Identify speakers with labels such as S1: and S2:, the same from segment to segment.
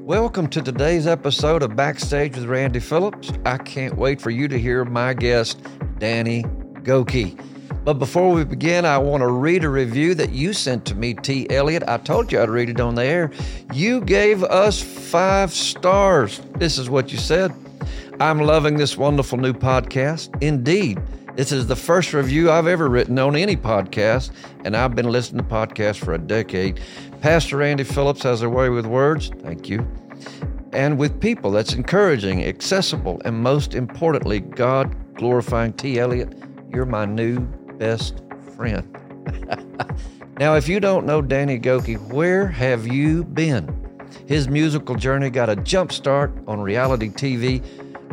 S1: Welcome to today's episode of Backstage with Randy Phillips. I can't wait for you to hear my guest, Danny Goki. But before we begin, I want to read a review that you sent to me, T. Elliott. I told you I'd read it on the air. You gave us five stars. This is what you said. I'm loving this wonderful new podcast. Indeed, this is the first review I've ever written on any podcast, and I've been listening to podcasts for a decade. Pastor Andy Phillips has a way with words. Thank you. And with people that's encouraging, accessible, and most importantly, God glorifying. T. Elliott, you're my new best friend. now, if you don't know Danny Goki, where have you been? His musical journey got a jump start on reality TV,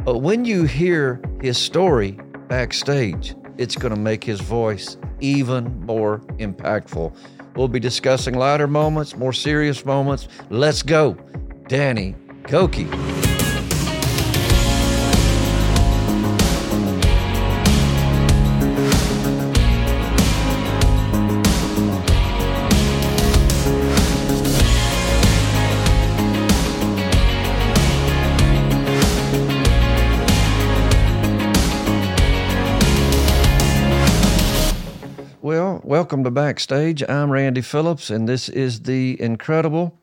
S1: but when you hear his story backstage, it's going to make his voice even more impactful. We'll be discussing lighter moments, more serious moments. Let's go, Danny Goki. Well, welcome to Backstage. I'm Randy Phillips, and this is the incredible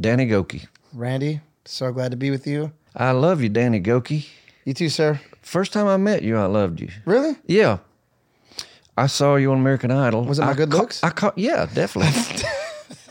S1: Danny Goki.
S2: Randy, so glad to be with you.
S1: I love you, Danny Goki.
S2: You too, sir.
S1: First time I met you, I loved you.
S2: Really?
S1: Yeah. I saw you on American Idol.
S2: Was it my
S1: I
S2: good
S1: ca-
S2: looks?
S1: I call, yeah, definitely.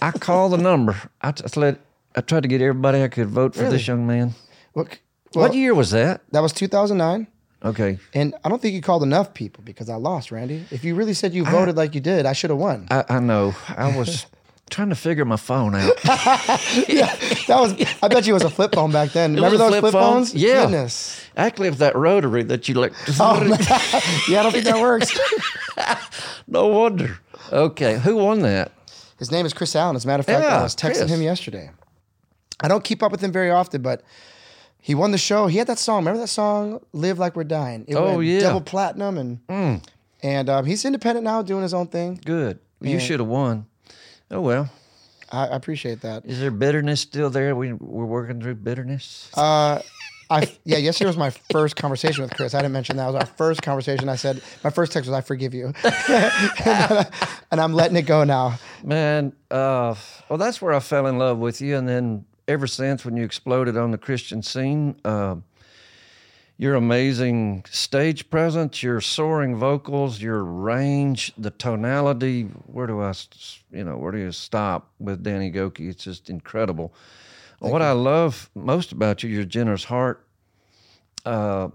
S1: I called the number. I just let I tried to get everybody I could vote for this young man.
S2: Look,
S1: what year was that?
S2: that was 2009,
S1: Okay.
S2: and I don't think you called enough people because I lost, Randy. If you really said you
S1: Ah.
S2: voted like you did, I should have won.
S1: I, I know. I was trying to figure my phone out.
S2: that was. I bet you it was a flip phone back then.
S1: was
S2: Remember
S1: a
S2: those
S1: flip
S2: flip,
S1: phone.
S2: phones?
S1: Yeah.
S2: Goodness.
S1: Actually, it's that rotary that you like.
S2: Oh, Yeah, I don't think that works.
S1: no wonder. Okay. Who won that?
S2: His name is Chris Allen. As a matter of fact,
S1: Yeah,
S2: I was texting
S1: Chris.
S2: him yesterday. I don't keep up with him very often, but he won the show. He had that song. Remember that song, "Live Like We're Dying"? It
S1: Oh,
S2: went
S1: yeah. Mm.
S2: double platinum, and and um, he's independent now, doing his own thing.
S1: Good. You
S2: Yeah.
S1: should have won. Oh well.
S2: I, I appreciate that.
S1: Is there bitterness still there? We we're working through bitterness.
S2: Uh, I yeah, yesterday was my first conversation with Chris. I didn't mention that It was our first conversation. I said my first text was "I forgive you," and I'm letting it go now.
S1: Man, uh, well, that's where I fell in love with you, and then ever since, when you exploded on the Christian scene, uh, your amazing stage presence, your soaring vocals, your range, the tonality. Where do I, s- you know, where do you stop with Danny Goki? It's just incredible. what I love most about you, your generous heart. Uh,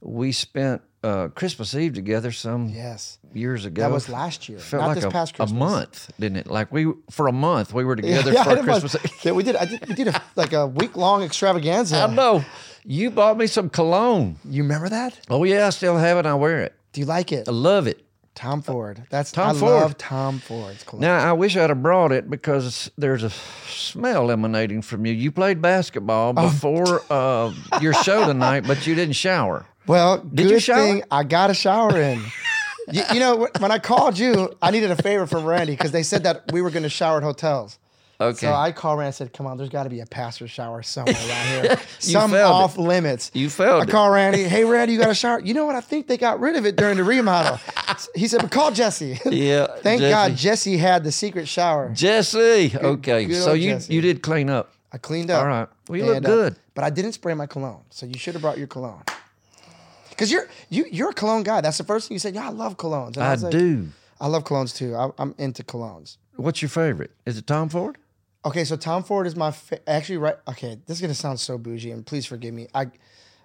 S1: we spent uh, Christmas Eve together some
S2: Yes,
S1: years ago.
S2: that was last year,
S1: Felt
S2: not
S1: like
S2: this
S1: a,
S2: past
S1: a
S2: Christmas.
S1: month, didn't it? Like we for a month we were together
S2: Yeah,
S1: for
S2: it was.
S1: Christmas. Um,
S2: Yeah, we did. I did. We did a, like a week long extravaganza.
S1: I know. You bought me some cologne.
S2: You remember that?
S1: Oh yeah, I still have it. I wear it.
S2: Do you like it?
S1: I love it.
S2: Tom Ford. That's
S1: Tom
S2: I
S1: Ford.
S2: love Tom Ford's cologne.
S1: Now I wish I'd have brought it because there's a smell emanating from you. You played basketball
S2: Oh.
S1: before uh, your show tonight, but you didn't shower.
S2: well, good
S1: you shower?
S2: thing I got a shower in. you, you know, wh- when I called you, I needed a favor from Randy because they said that we were going to shower at hotels.
S1: Okay.
S2: So I called Randy and said, "Come on, there's got to be a pastor shower somewhere around here. Some
S1: found it.
S2: off limits."
S1: you failed.
S2: I
S1: it.
S2: call Randy. Hey, Randy, you got a shower? You know what? I think they got rid of it during the remodel. he said, "But call Jesse."
S1: Yeah.
S2: Thank
S1: Jesse.
S2: God Jesse had the secret shower.
S1: Jesse. Okay.
S2: good
S1: so
S2: old
S1: you
S2: Jesse.
S1: you did clean up.
S2: I cleaned up.
S1: All right. Well, you look
S2: uh,
S1: good.
S2: but I didn't spray my cologne, so you should have brought your cologne. Cause you're you you're a cologne guy. That's the first thing you said. Yeah, I love colognes. And
S1: I,
S2: was like,
S1: do.
S2: I love colognes too. I, I'm into colognes.
S1: What's your favorite? Is it Tom Ford?
S2: Okay, so Tom Ford is my fa- actually right. Okay, this is gonna sound so bougie, and please forgive me. I,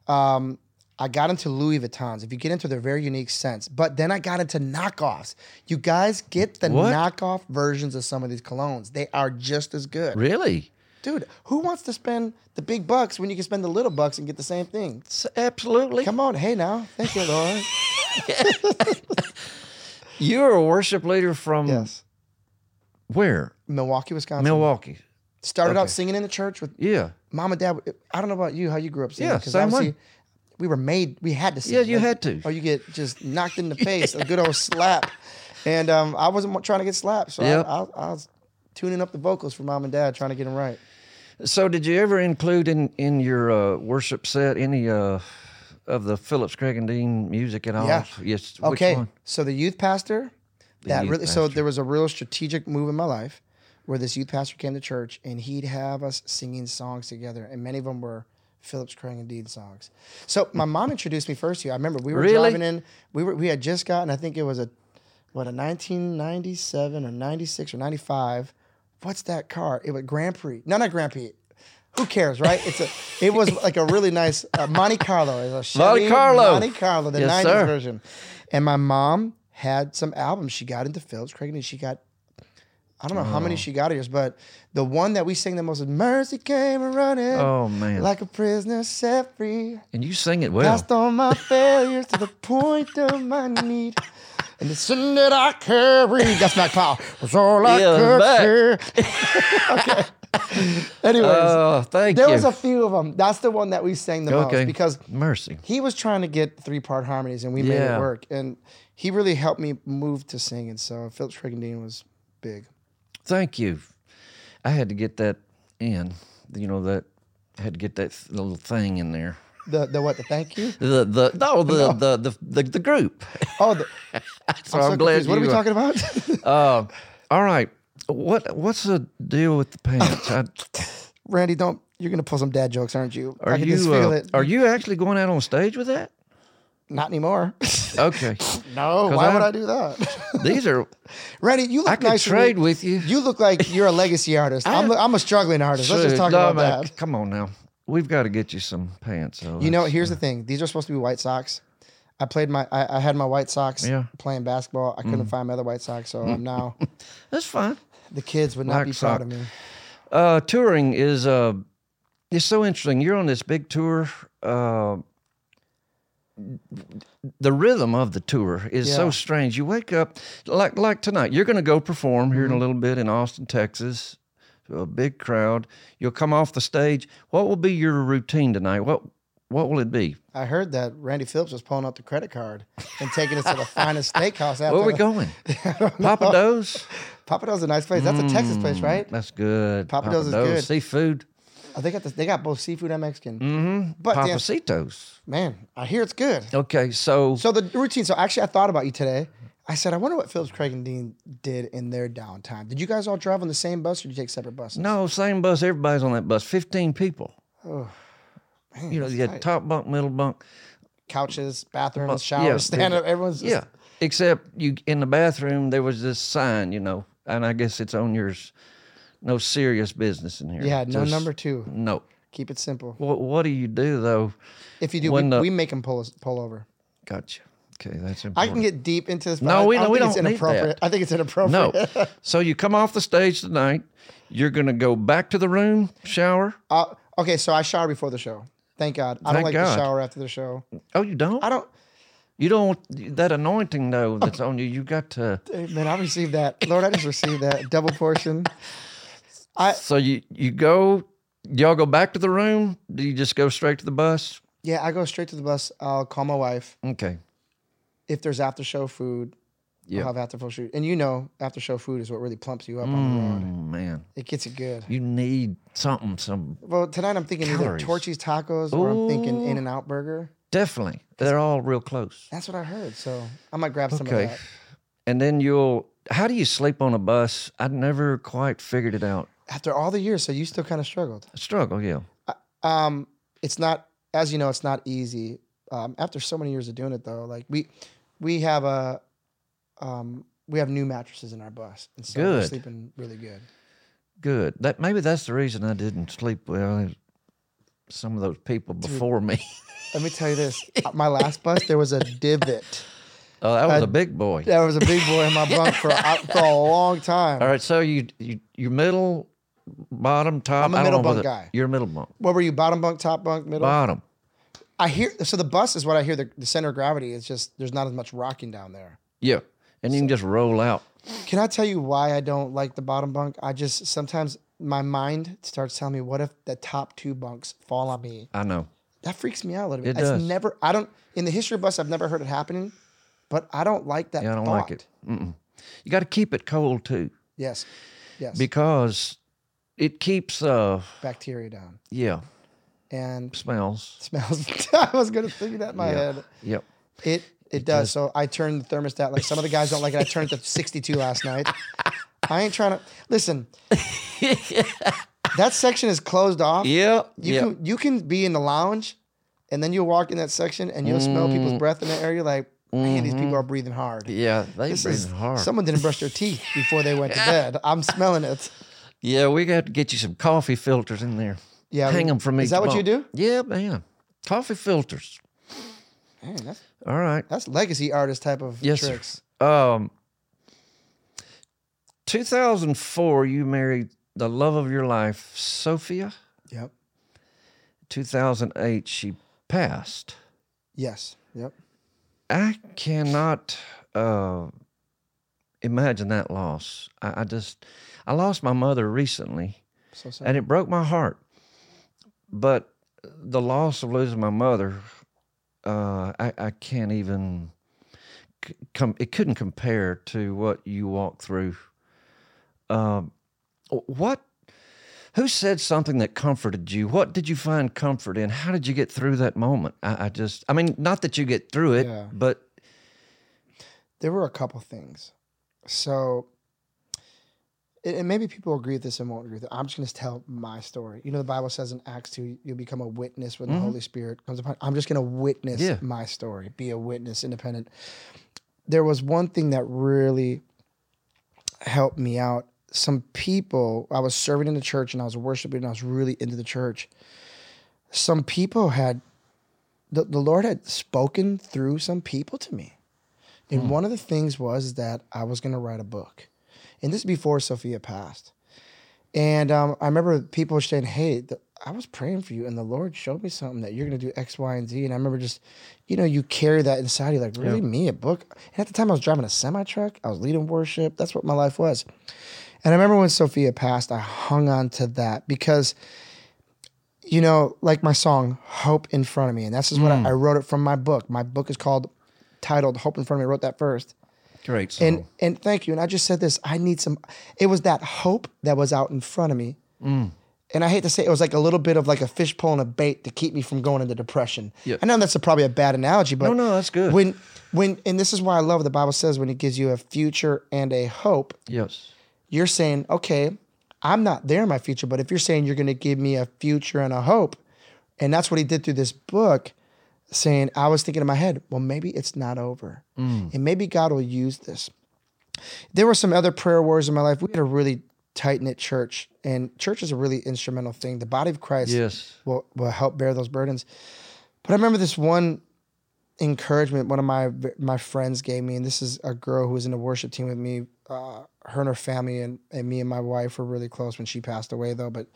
S2: um, I got into Louis Vuittons. If you get into their very unique sense, but then I got into knockoffs. You guys get the
S1: What?
S2: knockoff versions of some of these colognes. They are just as good,
S1: Really?
S2: dude. Who wants to spend the big bucks when you can spend the little bucks and get the same thing?
S1: S- Absolutely.
S2: Come on, hey now, thank you, Lord.
S1: You're a worship leader from
S2: yes,
S1: where?
S2: Milwaukee, Wisconsin.
S1: Milwaukee.
S2: Started out singing in the church with
S1: Yeah.
S2: mom and dad. I don't know about you, how you grew up singing.
S1: Yeah,
S2: 'cause
S1: same way.
S2: obviously We were made. We had to sing.
S1: Yeah, you had to.
S2: Or you get just knocked in the face, a good old slap. And um, I wasn't trying to get slapped, so
S1: Yep.
S2: I, I, I was tuning up the vocals for mom and dad, trying to get them right.
S1: So, did you ever include in in your uh, worship set any uh, of the Phillips Craig and Dean music at all?
S2: Yeah.
S1: Yes. which
S2: Okay.
S1: one?
S2: So the youth pastor, that
S1: youth
S2: really so there was a real strategic move in my life where this youth pastor came to church and he'd have us singing songs together, and many of them were Phillips Crane and Dean songs. So my mom introduced me first to you. I remember we were
S1: Really?
S2: driving in, we were we had just gotten, I think it was a what, a nineteen ninety seven or ninety six or ninety five. What's that car? It was Grand Prix. No, not Grand Prix. Who cares, right? It's a. It was like a really nice uh, Monte Carlo. It was a Chevy
S1: Carlo.
S2: Monte Carlo, the
S1: Yes,
S2: 90s
S1: sir.
S2: version. And my mom had some albums. She got into Phillips Craig and she got, I don't know how
S1: Oh.
S2: many she got of yours, but the one that we sing the most is Mercy Came a Running.
S1: Oh man,
S2: Like a prisoner set free.
S1: and you sing it well.
S2: Cast all my failures to the point of my need. And the sin that I carry, that's my power, was all I
S1: Yeah,
S2: could
S1: back.
S2: bear. okay. Anyways,
S1: Oh, thank
S2: there
S1: you.
S2: was a few of them. That's the one that we sang the
S1: okay.
S2: most because
S1: mercy.
S2: he was trying to get three part harmonies and we made
S1: Yeah.
S2: it work. And he really helped me move to singing. So Phillips Craig and Dean was big.
S1: Thank you. I had to get that in. You know that had to get that th- little thing in there.
S2: The the what? The thank you?
S1: The the no the the, the the the group.
S2: Oh, the,
S1: So
S2: I'm
S1: I'm,
S2: so
S1: glad
S2: confused. What are we
S1: you, uh,
S2: talking about?
S1: Uh, all right. What what's the deal with the pants? I,
S2: Randy, don't. You're gonna pull some dad jokes, aren't you?
S1: are
S2: I can
S1: you
S2: just feel
S1: uh,
S2: it.
S1: are you actually going out on stage with that?
S2: Not anymore.
S1: Okay.
S2: no. Why would
S1: Uh, I'm-
S2: I do that?
S1: These are
S2: Randy, you look
S1: I could
S2: nice. to me.
S1: trade with you.
S2: You look like you're a legacy artist. I'm, I'm a struggling artist. Let's just
S1: Shoot,
S2: talk
S1: no,
S2: about
S1: man,
S2: that.
S1: Come on now. We've got to get you some pants. though.
S2: You know,
S1: That's-
S2: here's the thing. These are supposed to be White Sox. I played my. I, I had my White Sox
S1: Yeah. Mm.
S2: playing basketball. I couldn't find my other White Sox, so I'm now.
S1: that's fine.
S2: The kids would not
S1: Black
S2: be
S1: Sox.
S2: proud of me.
S1: Uh, touring is uh, it's so interesting. You're on this big tour. Uh, the rhythm of the tour is so
S2: Yeah.
S1: strange. You wake up like like tonight. You're going to go perform here
S2: Mm-hmm.
S1: in a little bit in Austin, Texas, to a big crowd. You'll come off the stage. What will be your routine tonight? What what will it be?
S2: I heard that Randy Phillips was pulling out the credit card and taking us to the finest steakhouse. After
S1: Where are we
S2: the-
S1: going? Papa Do's.
S2: Papa Do's a nice place. That's a Texas place, right?
S1: That's good.
S2: Papa Do's is good.
S1: Seafood.
S2: Oh, they got this, they got both seafood and Mexican.
S1: Mm-hmm.
S2: But damn-
S1: Papacitos.
S2: Man, I hear it's good.
S1: Okay, so,
S2: So the routine. So actually, I thought about you today. I said, I wonder what Phillips Craig and Dean did in their downtime. Did you guys all drive on the same bus, or did you take separate buses?
S1: no, same bus. Everybody's on that bus. Fifteen people. you know, you had top bunk, middle bunk.
S2: Couches, bathrooms, showers,
S1: Uh-huh. yeah,
S2: stand up. Everyone's just,
S1: Yeah, except you in the bathroom. There was this sign, you know, and I guess it's on yours. No serious business in here.
S2: Yeah, no
S1: Just-
S2: number two.
S1: No.
S2: Keep it simple.
S1: What What do you do though?
S2: If you do,
S1: When
S2: we,
S1: the-
S2: we make them pull us, pull over.
S1: Gotcha. Okay, that's
S2: I
S1: important.
S2: can get deep into this. But
S1: No,
S2: I,
S1: we
S2: I
S1: don't- we
S2: think it's
S1: don't need
S2: inappropriate. I think it's inappropriate.
S1: no. so you come off the stage tonight. You're gonna go back to the room, shower.
S2: Uh, okay, so I shower before the show. Thank God. I don't
S1: Thank
S2: like
S1: God.
S2: to shower after the show.
S1: Oh, you don't.
S2: I don't.
S1: You don't that anointing though that's on you. You got to.
S2: Hey, eh, Man, I received that. Lord, I just received that double portion.
S1: So you you go. Y'all go back to the room. Do you just go straight to the bus?
S2: Yeah, I go straight to the bus. I'll call my wife.
S1: Okay.
S2: If there's after show food,
S1: Yeah.
S2: I'll have after show food. And you know, after show food is what really plumps you up on the road.
S1: Oh man,
S2: It gets it good.
S1: you need something. Some
S2: Well, tonight I'm thinking
S1: Calories.
S2: either Torchy's tacos or I'm thinking
S1: Ooh.
S2: In and Out Burger.
S1: definitely. They're all real close.
S2: That's what I heard. So I might grab some
S1: Okay.
S2: of that.
S1: And then you'll. How do you sleep on a bus? I never quite figured it out.
S2: After all the years, so you still kind of struggled.
S1: I struggle. Yeah.
S2: Um, it's not, as you know, it's not easy. Um, after so many years of doing it though, like we, we have a, um, we have new mattresses in our bus, and so we're
S1: Good.
S2: sleeping really good.
S1: Good. That maybe that's the reason I didn't sleep well. is Some of those people before me.
S2: Let me tell you this: Uh, my last bus, there was a divot.
S1: Oh, that was a big boy.
S2: There was a big boy in my bunk for a, for a long time.
S1: All right, so you you your middle, bottom, top.
S2: I'm a
S1: I don't
S2: middle
S1: know
S2: bunk
S1: whether-
S2: guy.
S1: You're a middle bunk.
S2: What were you? Bottom bunk, top bunk, middle.
S1: Bottom.
S2: I hear so the bus is what I hear. The, the center of gravity is just there's not as much rocking down there.
S1: Yeah, and you can just roll out.
S2: Can I tell you why I don't like the bottom bunk? I just sometimes my mind starts telling me, what if the top two bunks fall on me?
S1: I know.
S2: That freaks me out a little bit.
S1: It
S2: it's
S1: does.
S2: never. I don't. In the history of bus, I've never heard it happening, but I don't like that.
S1: Yeah, I don't
S2: thought.
S1: like it. Mm-mm. You got to keep it cold too,
S2: Yes. Yes.
S1: because it keeps uh
S2: bacteria down
S1: yeah
S2: and
S1: smells.
S2: smells. I was gonna think that in my
S1: Yeah.
S2: head.
S1: Yep.
S2: It it does. So I turned the thermostat. Like some of the guys don't like it. I turned it to 62 last night. I ain't trying to listen. that section is closed off.
S1: Yep.
S2: You
S1: yep.
S2: can you can be in the lounge, and then you'll walk in that section and you'll smell
S1: Mm.
S2: people's breath in the air. You're like, man, these people are breathing hard.
S1: yeah, they
S2: This
S1: Mm-hmm. breathing
S2: is-
S1: hard.
S2: Someone didn't brush their teeth before they went to bed. I'm smelling it.
S1: yeah, we got to get you some coffee filters in there.
S2: Yeah,
S1: Hang them from
S2: Is
S1: each
S2: that what you
S1: bunk.
S2: do?
S1: Yeah, man. Coffee filters.
S2: Man, that's,
S1: All right.
S2: that's legacy artist type of
S1: Yes, sir.
S2: tricks.
S1: Um, 2004, you married the love of your life, Sophia.
S2: Yep.
S1: 2008, she passed.
S2: Yes. Yep.
S1: I cannot uh, imagine that loss. I, I just, I lost my mother recently.
S2: So sorry.
S1: and it broke my heart. But the loss of losing my mother, uh, I, I can't even c- com- It couldn't compare to what you walked through. Um, wh- what? Who said something that comforted you? What did you find comfort in? How did you get through that moment? I, I just, I mean, not that you get through it,
S2: Yeah.
S1: but
S2: there were a couple things. So, and and maybe people agree with this and won't agree with it. I'm just going to tell my story. You know, the Bible says in Acts 2, you'll become a witness when
S1: Mhm.
S2: the Holy Spirit comes upon. I'm just going to witness
S1: Yeah.
S2: my story, be a witness, independent. There was one thing that really helped me out. Some people, I was serving in the church and I was worshiping and I was really into the church. Some people had, the, the Lord had spoken through some people to me. And one of the things was that I was going to write a book. And this is before Sophia passed. And um, I remember people saying, Hey, the, I was praying for you, and the Lord showed me something that you're going to do X, Y, and Z. And I remember just, you know, you carry that inside. You're like, Really, me, a book? And at the time, I was driving a semi truck, I was leading worship. That's what my life was. And I remember when Sophia passed, I hung on to that because you know, like my song "Hope in Front of Me," and this is what I, I wrote it from my book. My book is called, titled "Hope in Front of Me." I wrote that first,
S1: great song.
S2: and and thank you. And I just said this. I need some. It was that hope that was out in front of me,
S1: Mm.
S2: and I hate to say it, it was like a little bit of like a fish pulling a bait to keep me from going into depression.
S1: Yeah.
S2: I know that's a, probably a bad analogy, but
S1: No, no, that's good.
S2: When when and this is why I love the Bible says when it gives you a future and a hope,
S1: yes,
S2: you're saying, okay, I'm not there in my future, but if you're saying you're going to give me a future and a hope, and that's what he did through this book, saying, I was thinking in my head, well, maybe it's not over.
S1: Mm.
S2: And maybe God will use this. There were some other prayer wars in my life. We had a really tight knit church, and church is a really instrumental thing. The body of Christ
S1: yes,
S2: will, will help bear those burdens. But I remember this one encouragement one of my my friends gave me, and this is a girl who was in the worship team with me. Uh, her and her family and, and me and my wife were really close when she passed away, though. But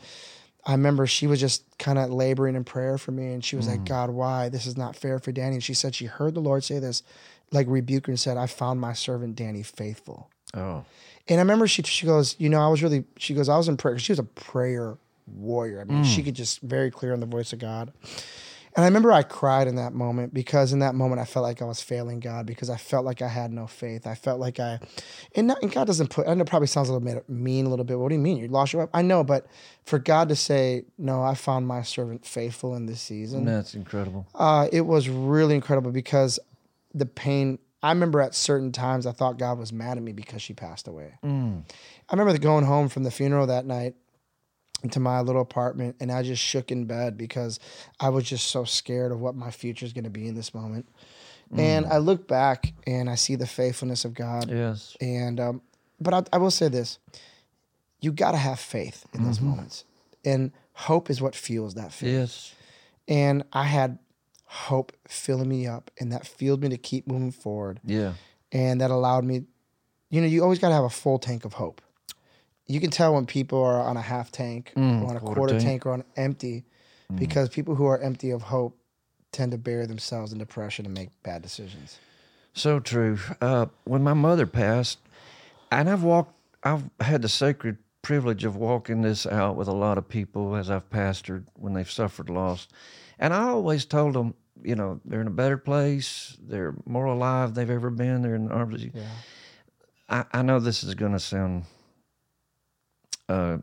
S2: I remember she was just kind of laboring in prayer for me, and she was like, "God, why this is not fair for Danny?" And she said she heard the Lord say this, like rebuke her and said, "I found my servant Danny faithful."
S1: oh,
S2: And I remember she she goes, you know, I was really she goes, I was in prayer. She was a prayer warrior. I mean, she could just very clear on the voice of God. And I remember I cried in that moment because in that moment I felt like I was failing God because I felt like I had no faith. I felt like I, and, not, and God doesn't put. I know it probably sounds a little bit mean, a little bit. What do you mean? You lost your wife? I know, but for God to say, no, I found my servant faithful in this season
S1: that's incredible.
S2: uh, it was really incredible because the pain. I remember at certain times I thought God was mad at me because she passed away.
S1: Mm.
S2: I remember going home from the funeral that night to my little apartment and I just shook in bed because I was just so scared of what my future is going to be in this moment.
S1: Mm.
S2: And I look back and I see the faithfulness of God.
S1: Yes,
S2: And um, but I, I will say this: you got to have faith in those moments, and hope is what fuels that faith
S1: yes,
S2: and I had hope filling me up, and that fueled me to keep moving forward,
S1: yeah,
S2: and that allowed me. You know, you always got to have a full tank of hope. You can tell when people are on a half tank,
S1: Mm,
S2: or on a
S1: quarter
S2: quarter,
S1: tank. Mm.
S2: tank. or on empty, because people who are empty of hope tend to bury themselves in depression and make bad decisions.
S1: So true. Uh, when my mother passed, and I've walked, I've had the sacred privilege of walking this out with a lot of people as I've pastored when they've suffered loss. And I always told them, you know, they're in a better place, they're more alive than they've ever been, they're in the arms of you.
S2: Yeah.
S1: I, I know this is going to sound uh,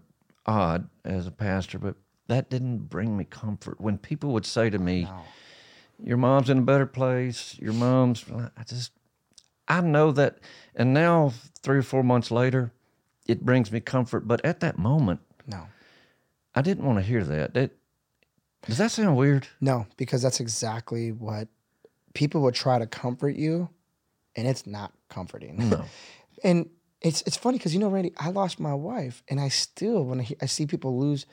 S1: odd as a pastor, but that didn't bring me comfort. When people would say to me, Your mom's in a better place, your mom's, I just, I know that. And now, three or four months later, it brings me comfort. But at that moment,
S2: No.
S1: I didn't want to hear that. That does that sound weird?
S2: No, because that's exactly what people will try to comfort you, and it's not comforting.
S1: No.
S2: and it's it's funny because you know, Randy, I lost my wife, and I still when I, he- I see people lose,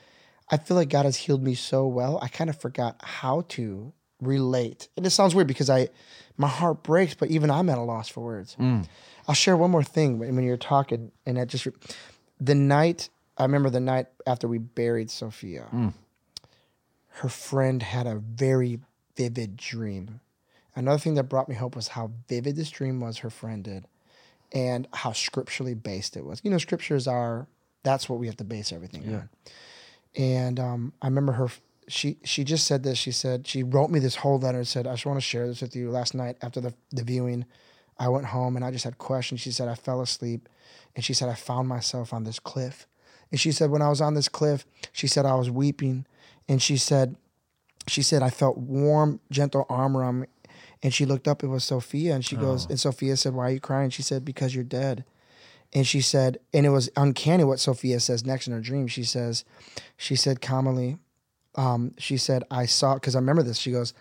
S2: I feel like God has healed me so well. I kind of forgot how to relate, and it sounds weird because I, my heart breaks, but even I'm at a loss for words.
S1: Mm.
S2: I'll share one more thing when when you're talking, and that just the night I remember the night after we buried Sophia,
S1: Mm.
S2: her friend had a very vivid dream. Another thing that brought me hope was how vivid this dream was. Her friend did, and how scripturally based it was. You know, scriptures are that's what we have to base everything
S1: Yeah.
S2: on. And um, I remember her. She she just said this. She said she wrote me this whole letter and said, "I just want to share this with you." Last night after the the viewing, I went home and I just had questions. She said I fell asleep, and she said I found myself on this cliff, and she said when I was on this cliff, she said I was weeping, and she said, she said I felt warm, gentle arm around me, and she looked up. It was Sophia, and she goes, and Sophia said, "Why are you crying?" She said, "Because you're dead." And she said, and it was uncanny what Sophia says next in her dream. She says, she said calmly, um, she said, I saw, because I remember this. She goes,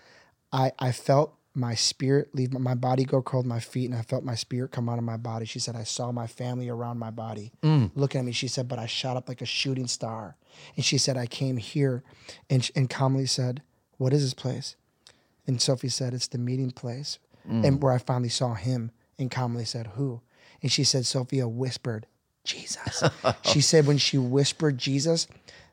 S2: I, I felt my spirit leave my, my body go cold my feet and I felt my spirit come out of my body. She said, I saw my family around my body looking at me. She said, but I shot up like a shooting star. And she said, I came here and, sh- and calmly said, what is this place? And Sophie said, it's the meeting place.
S1: Mm.
S2: And where I finally saw him and calmly said, who? And she said, Sophia whispered, Jesus. she said, when she whispered Jesus,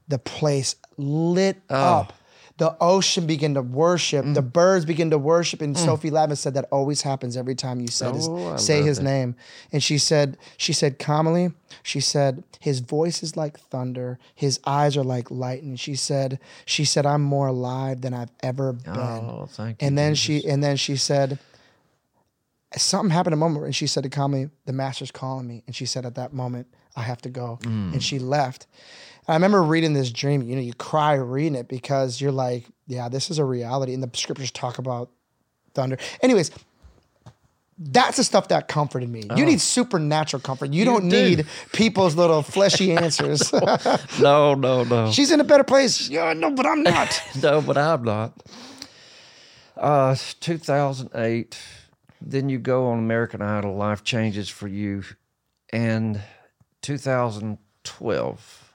S2: the place lit
S1: Ah.
S2: up. The ocean began to worship. The
S1: Mm.
S2: birds began to worship. And Sophie Lavin said that always happens every time you said his,
S1: Oh, I
S2: say
S1: love
S2: his name. And she said, she said calmly, she said, his voice is like thunder. His eyes are like lightning. She said, she said, I'm more alive than I've ever been.
S1: Oh, thank you.
S2: And then she and then she said something happened a moment and she said to calmly, the master's calling me. And she said at that moment, I have to go. And she left. I remember reading this dream, you know, you cry reading it because you're like, yeah, this is a reality. And the scriptures talk about thunder. Anyways, that's the stuff that comforted me. You need supernatural comfort. You, don't
S1: do.
S2: need people's little fleshy answers.
S1: No, no, no.
S2: She's in a better place. Yeah, no, but I'm not.
S1: no, but I'm not. Uh, 2008. Then you go on American Idol. Life changes for you, and 2012.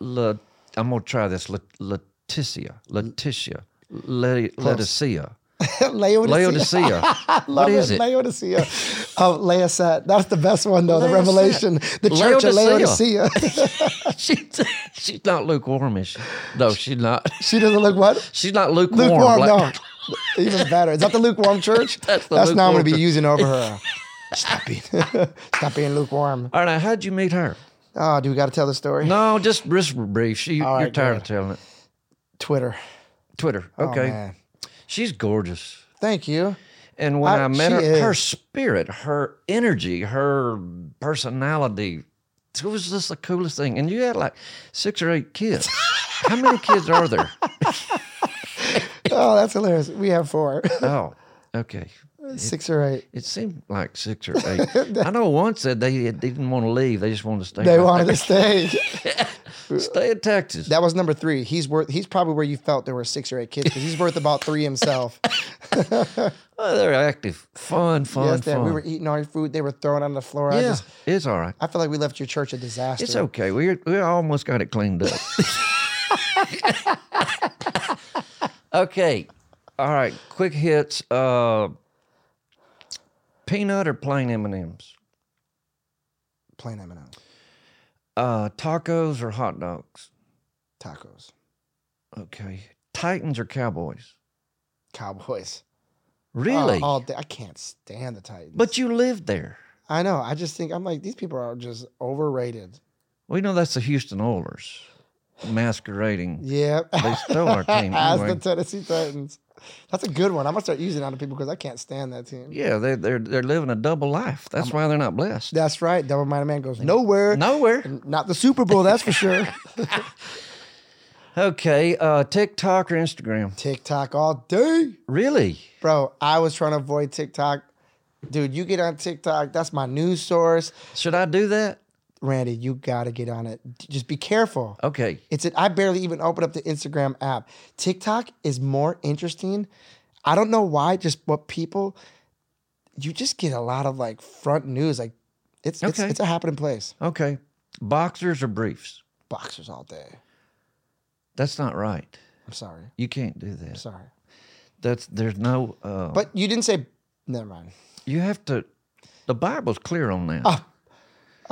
S1: La, I'm gonna try this. La, Leticia, Leticia, Le, Leticia,
S2: Laodicea.
S1: Laodicea. what
S2: Love
S1: is it?
S2: Laodicea. Oh, Laodicea. That's the best one, though. The
S1: Laodicea.
S2: Revelation. The Church of
S1: Laodicea.
S2: Laodicea.
S1: she, she's not lukewarm, is she? No, she's not.
S2: she doesn't look what?
S1: She's not lukewarm.
S2: Lukewarm.
S1: like-
S2: No. Even better. Is that the lukewarm church?
S1: That's the
S2: now I'm going to be
S1: lukewarm
S2: using over her. Stop being, stop being lukewarm.
S1: All right, now how'd you meet her?
S2: Oh, do we got to tell the story?
S1: No, just wrist brief. She,
S2: right,
S1: you're tired
S2: good.
S1: of telling it.
S2: Twitter.
S1: Twitter.
S2: Oh,
S1: Okay.
S2: man.
S1: She's gorgeous.
S2: Thank you.
S1: And when
S2: I-
S1: I, met
S2: she
S1: her, her
S2: is.
S1: spirit, her energy, her personality, it was just the coolest thing. And you had like six or eight kids. How many kids are there?
S2: Oh, that's hilarious. We have four,
S1: Oh, okay.
S2: six or eight.
S1: It seemed like six or eight. I know one said they, they didn't want to leave. They just wanted to stay.
S2: They
S1: right
S2: wanted to stay.
S1: there. stay in Texas.
S2: That was number three. He's worth. He's probably where you felt there were six or eight kids because he's worth about three himself.
S1: oh, they're active. Fun, fun,
S2: Yes, that
S1: fun.
S2: we were eating our food. They were throwing it on the floor. I
S1: yeah,
S2: just,
S1: it's all right.
S2: I feel like we left your church a disaster.
S1: It's okay. We we almost got it cleaned up. okay. All right. Quick hits. Uh, peanut or plain M and M's.
S2: Plain M&M's,
S1: Uh, tacos or hot dogs.
S2: tacos,
S1: Okay. Titans or Cowboys.
S2: Cowboys. Oh,
S1: Really?
S2: all day. I can't stand the Titans.
S1: but you lived there.
S2: I know. I just think I'm like these people are just overrated.
S1: We know that's the Houston Oilers masquerading.
S2: Yeah.
S1: They stole our team.
S2: As
S1: anyway.
S2: the Tennessee Titans. That's a good one. I'm gonna start using it on people because I can't stand that team.
S1: Yeah, they they're they're living a double life. That's why they're not blessed.
S2: That's right. Double Minded Man goes nowhere.
S1: Nowhere.
S2: Not the Super Bowl, that's for sure.
S1: Okay, uh, TikTok or Instagram?
S2: TikTok all day.
S1: Really?
S2: Bro, I was trying to avoid TikTok. Dude, you get on TikTok, that's my news source.
S1: Should I do that?
S2: Randy, you gotta get on it. Just be careful.
S1: Okay.
S2: It's it. I barely even open up the Instagram app. TikTok is more interesting. I don't know why. Just what people, you just get a lot of like front news. Like it's
S1: Okay.
S2: it's, it's a happening place.
S1: Okay. Boxers or briefs?
S2: Boxers all day.
S1: That's not right.
S2: I'm sorry.
S1: You can't do
S2: I'm
S1: that.
S2: sorry.
S1: That's there's no. Uh,
S2: But you didn't say. Never mind.
S1: you have to. The Bible's clear on that.
S2: Oh,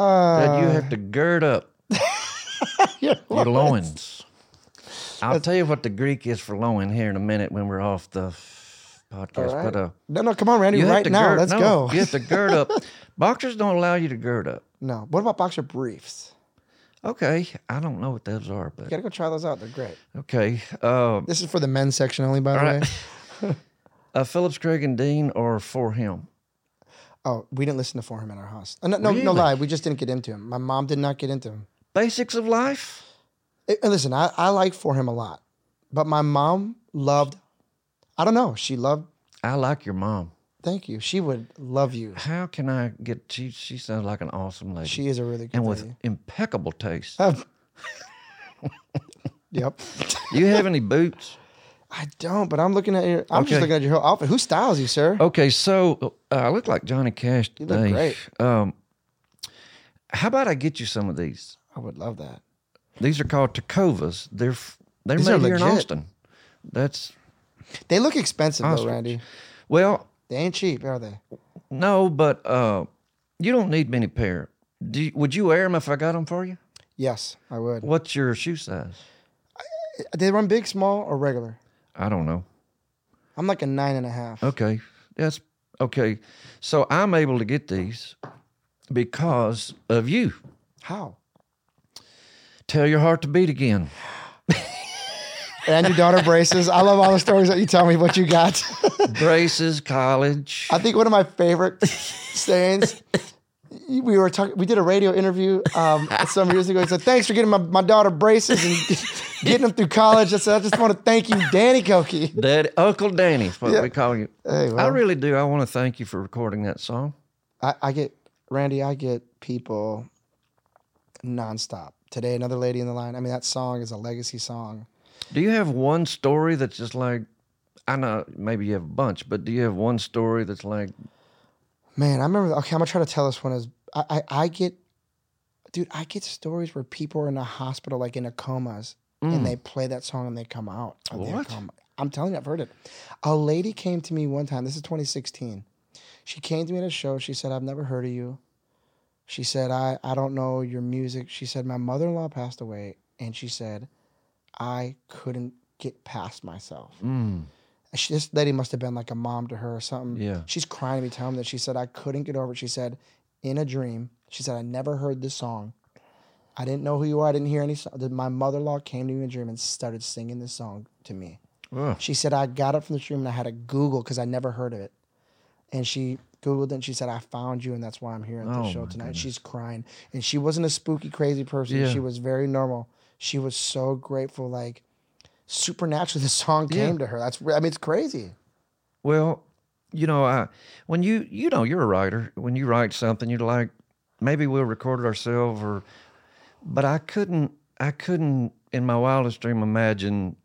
S2: Uh,
S1: that you have to gird up
S2: yeah,
S1: your loins. I'll tell you what the Greek is for loin here in a minute when we're off the f- podcast.
S2: right.
S1: But uh,
S2: no, no, come on, Randy.
S1: you have
S2: Right
S1: to
S2: now,
S1: gird,
S2: let's
S1: no,
S2: go.
S1: You have to gird up. Boxers don't allow you to gird up.
S2: No, what about boxer briefs?
S1: Okay, I don't know what those are, but
S2: You gotta go try those out. They're great.
S1: okay. Um,
S2: This is for the men's section only, by the way.
S1: uh, Phillips, Craig, and Dean, or for him.
S2: Oh, we didn't listen to For Him in our house. Uh, No, no,
S1: Really?
S2: no lie. We just didn't get into him. My mom did not get into him.
S1: Basics of life.
S2: Eh, and listen, I, I like For Him a lot, but my mom loved, I don't know, she loved,
S1: I like your mom.
S2: thank you. She would love you.
S1: How can I get? She she sounds like an awesome lady,
S2: She is eh? a really good
S1: and with
S2: lady.
S1: impeccable taste.
S2: Um, yep.
S1: Do you have any boots?
S2: I don't, but I'm looking at your,
S1: Okay.
S2: I'm
S1: Oh.
S2: just looking at your whole outfit. Who styles you, sir?
S1: Okay, so uh, I look like Johnny Cash
S2: You
S1: today.
S2: look great.
S1: Um, how about I get you some of these?
S2: I would love that.
S1: These are called Tacovas. They're f- they're
S2: These
S1: made
S2: are
S1: here in
S2: legit.
S1: Austin. That's
S2: They look expensive, though,
S1: Ostrich.
S2: Randy.
S1: well,
S2: They ain't cheap, are they?
S1: no, but uh, you don't need many pair. Do you, would you wear them if I got them for you?
S2: Yes, I would.
S1: What's your shoe size?
S2: They run big, small, or regular?
S1: I don't know.
S2: I'm like a nine and a half.
S1: Okay, that's okay. So I'm able to get these because of you.
S2: How?
S1: Tell your heart to beat again.
S2: and your daughter braces. I love all the stories that you tell me what you got.
S1: Braces, college.
S2: I think one of my favorite sayings. We were talking. We did a radio interview um, some years ago. He said, "Thanks for getting my, my daughter braces and getting them through college." I said, "I just want to thank you, Danny Goki."
S1: Dad, Uncle Danny, is what
S2: Yeah.
S1: we call you.
S2: Hey,
S1: I
S2: well,
S1: really do. I want to thank you for recording that song.
S2: I, I get Randy. I get people nonstop. Today, another lady in the line. I mean, that song is a legacy song.
S1: Do you have one story that's just like, I know maybe you have a bunch, but do you have one story that's like,
S2: Man, I remember. Okay, I'm gonna try to tell this one. Is I, I I get, dude, I get stories where people are in a hospital, like in a comas,
S1: mm,
S2: and they play that song and they come out. of their
S1: What?
S2: coma. I'm telling you, I've heard it. A lady came to me one time. This is 2016. She came to me at a show. She said, "I've never heard of you." She said, "I I don't know your music." She said, "My mother-in-law passed away," and she said, "I couldn't get past myself."
S1: mm,
S2: she, this lady must have been like a mom to her or something.
S1: Yeah.
S2: She's crying to me, telling me that she said, I couldn't get over it. She said, in a dream, she said, I never heard this song. I didn't know who you are. I didn't hear any song. Then My mother in law came to me in a dream and started singing this song to me.
S1: oh,
S2: She said, I got up from the dream and I had to Google because I never heard of it. And she Googled it and she said, I found you and that's why I'm here at the
S1: Oh,
S2: show
S1: my
S2: tonight. She's crying. And she wasn't a spooky, crazy person.
S1: Yeah.
S2: She was very normal. She was so grateful, like supernaturally the song
S1: Yeah.
S2: came to her. That's I mean it's crazy.
S1: well, you know, I when you you know you're a writer. When you write something, you're like, maybe we'll record it ourselves, or, but I couldn't, I couldn't in my wildest dream imagine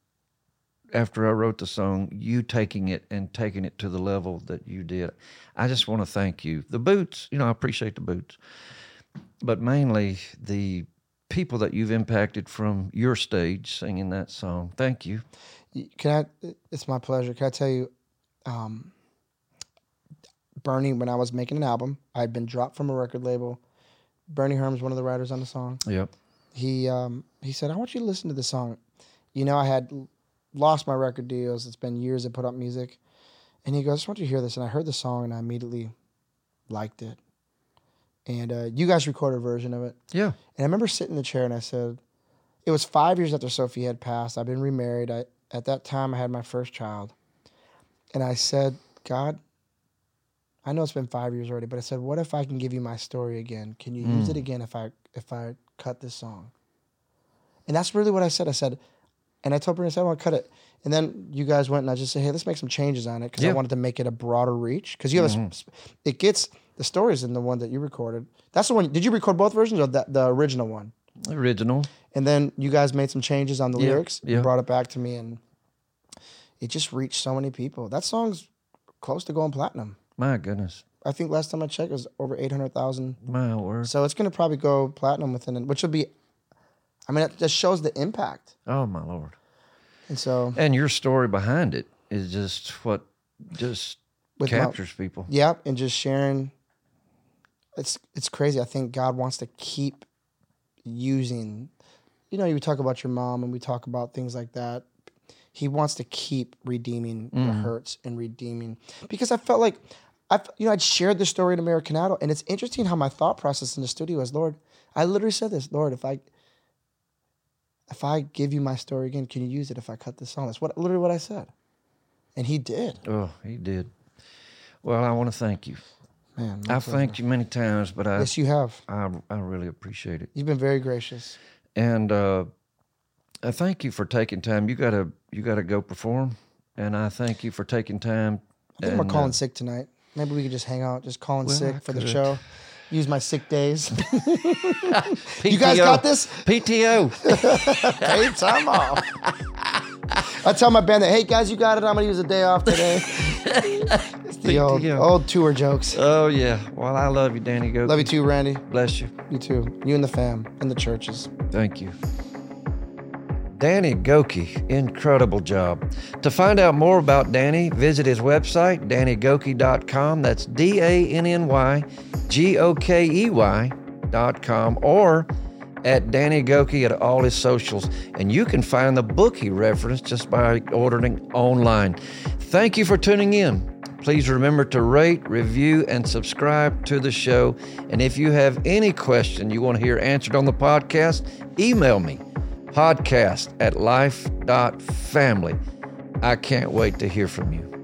S1: after I wrote the song, you taking it and taking it to the level that you did. I just want to thank you. The boots, you know, I appreciate the boots, but mainly the people that you've impacted from your stage singing that song. Thank you.
S2: Y- Can I? It's my pleasure. Can I tell you, um, Bernie? When I was making an album, I had been dropped from a record label. Bernie Herm's one of the writers on the song.
S1: Yep.
S2: He um, he said, "I want you to listen to the song." You know, I had l- lost my record deals. It's been years I put out music, and he goes, "I just want you to hear this." And I heard the song, and I immediately liked it. And uh, you guys recorded a version of it.
S1: Yeah.
S2: And I remember sitting in the chair and I said, it was five years after Sophie had passed. I've been remarried. I, at that time, I had my first child. And I said, God, I know it's been five years already, but I said, what if I can give you my story again? Can you use
S1: Mm.
S2: it again if I if I cut this song? And that's really what I said. I said, and I told Brandon, I said, I want to cut it. And then you guys went and I just said, hey, let's make some changes on it because
S1: Yeah. Mm-hmm.
S2: I wanted to make it a broader reach. Because you have a, sp- sp- it gets the stories in the one that you recorded. That's the one. Did you record both versions or the, the original one?
S1: Original.
S2: And then you guys made some changes on the
S1: Yeah,
S2: lyrics and
S1: yeah.
S2: brought it back to me, and it just reached so many people. That song's close to going platinum.
S1: My goodness.
S2: I think last time I checked, it was over 800,000.
S1: My word.
S2: So it's going to probably go platinum within, which will be, I mean, it just shows the impact.
S1: Oh my lord.
S2: And so,
S1: And your story behind it is just what just
S2: With my-
S1: captures people.
S2: yeah, and just sharing. It's it's crazy. I think God wants to keep using, you know, you talk about your mom and we talk about things like that. He wants to keep redeeming the hurts and redeeming because I felt like I, you know, I'd shared this story in American Idol, and it's interesting how my thought process in the studio is, Lord, I literally said this, Lord, if I, if I give you my story again, can you use it? If I cut this song, that's what literally what I said, and He did.
S1: Oh, he did. Well, I want to thank you.
S2: Man, my
S1: I've thanked you many times, but I,
S2: yes, you have.
S1: I I really appreciate it.
S2: You've been very gracious.
S1: And uh, I thank you for taking time. You gotta you gotta go perform, and I thank you for taking time. uh,
S2: I think we're calling sick tonight. Maybe we could just hang out, just calling
S1: Well,
S2: sick
S1: I
S2: for the
S1: could.
S2: show. Use my sick days.
S1: PTO.
S2: you guys got this?
S1: PTO.
S2: Hey, time off. I tell my band that, hey guys, you got it. I'm gonna use a day off today. it's the old,
S1: PTO.
S2: old tour jokes.
S1: oh yeah. Well, I love you, Danny. Go.
S2: Love you too, Randy.
S1: Bless you.
S2: You too. You and the fam and the churches.
S1: Thank you. Danny Goki, incredible job. To find out more about Danny, visit his website, dannygoki.com. That's D A N N Y G O K E Y.com or at Danny Goki at all his socials. And you can find the book he referenced just by ordering online. Thank you for tuning in. Please remember to rate, review, and subscribe to the show. And if you have any question you want to hear answered on the podcast, email me podcast at life.family. I can't wait to hear from you.